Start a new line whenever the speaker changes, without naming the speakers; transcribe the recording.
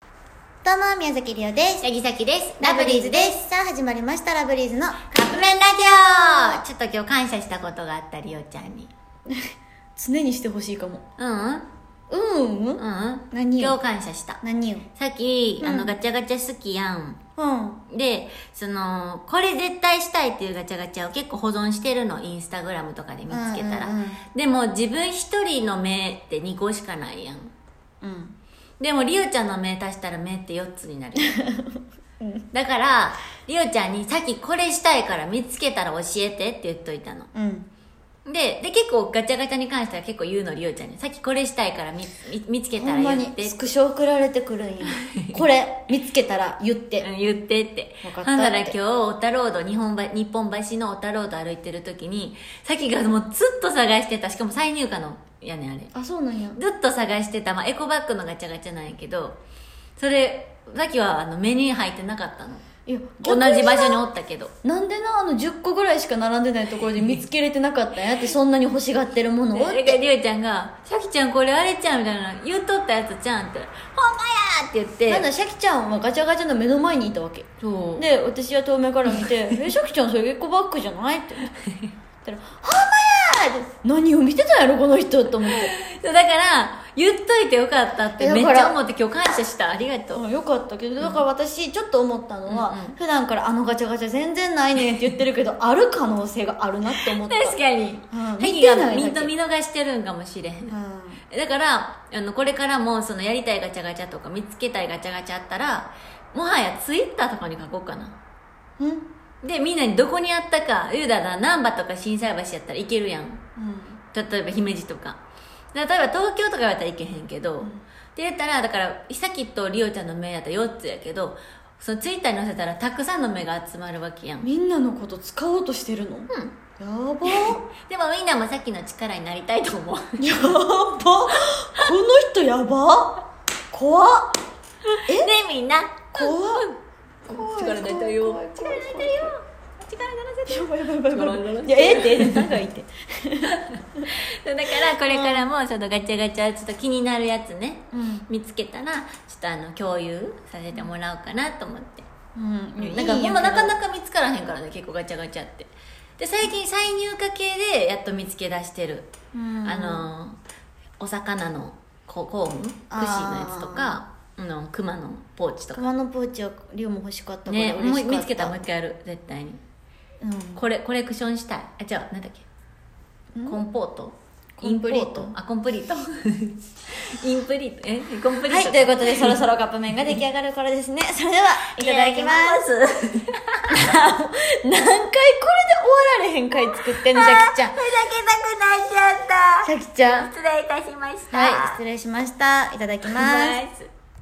どうも、宮崎りおです。
ヤギサキです。ラブリーズです。
す。さあ、始まりました、ラブリーズの。
カップ麺ラジオちょっと今日感謝したことがあったりおちゃんに。
常にしてほしいかも。
うんうん
うん、う、
うんん
何
今
よ
日感謝した。
何よ。
さっき、
うん
あの、ガチャガチャ好きやん。
うん。
で、その、これ絶対したいっていうガチャガチャを結構保存してるの、インスタグラムとかで見つけたら。
うんうんうん
でも、自分一人の目って2個しかないやん。
うん。
でもりおちゃんの目足したら目って4つになる、 だからりおちゃんにさっきこれしたいから見つけたら教えてって言っといたの
うん。
でで結構ガチャガチャに関しては結構言うのりおちゃんにさっきこれしたいから見見見つけた
ほ
ら
んま
言
に
って、
スクショ送られてくる んよ。これ、見つけたら言って。
うん言ってって
わかったって
ほんなら今日オタロード日本ば日本橋のオタロード歩いてる時にさっきがもうずっと探してたしかも再入荷のやねんあれ
あ、そうなんや。
ずっと探してた、まあ、エコバッグのガチャガチャなんやけどそれさっきはあの目に入ってなかったの
いや、
同じ場所におったけど
なんでな、あの10個ぐらいしか並んでないところで見つけれてなかったんやって、そんなに欲しがってるものを。
ででりゅうちゃんが「さきちゃんこれあれちゃん」みたいな言うとったやつちゃんって「ほんまや!」って言
な
っ
ん
て
だ、シャキちゃんはガチャガチャの目の前にいたわけ。
そう
で私は遠目から見 て「えシャキちゃんそれエコバッグじゃない?」って言ったら「ほんまや!」って何を見てたんやろこの人と思って
そうだから言っといてよかったって
だ
め
か
っ
ら
ちゃ思って今日感謝したありがとう
あよかったけどだから私ちょっと思ったのは、
うんうん
普段から「あのガチャガチャ全然ないねん」って言ってるけどある可能性があるなって思った
確かに
うん見
敵
て
が
ないだけ
みんな見逃してるんかもしれん
うん
だからあのこれからもそのやりたいガチャガチャとか見つけたいガチャガチャあったらもはやツイッターとかに書こうかな
うん
でみんなにどこにあったか言うだら難波とか心斎橋やったらいけるやん
うん
例えば姫路とか例えば東京とかやったらいけへんけど、って言ったらだからひさきとりおちゃんの目やったら4つやけどそのツイッターに載せたらたくさんの目が集まるわけやん
みんなのこと使おうとしてるの、やば
でもみんなもさっきの力になりたいと思う
やばこの人やば怖っ
え ねみんな
怖っ怖い
力になりたいよ
怖い怖
力
い
になりたいよ力にな らせて
やばいやばいやばい
ごめんごめん
いやええってええって長いって
そう だからこれからもそのガチャガチャちょっと気になるやつね、
うん
見つけたらちょっとあの共有させてもらおうかなと思って
うん
なんか
いいんやけど
今なかなか見つからへんからね結構ガチャガチャってで最近再入荷系でやっと見つけ出してる、
うん
あのーお魚のこ工具串のやつとかあの熊のポーチとか
熊のポーチはリオも欲しかったから
ね
嬉
も
しか
う
った
見つけたらもう一回やる絶対に
うん
これコレクションしたいあじゃあなんだっけコンポート
コンプリート
インポあコンプリート インプリートえコンプリート
はいということでそろそろカップ麺が出来上がる頃ですねそれではいただきます
すいただき
何回これで終わられへん回作ってんのシャキ ちゃん
たくなっちゃった
シャキちゃん
失礼いたしました
はい失礼しましたいただきます
す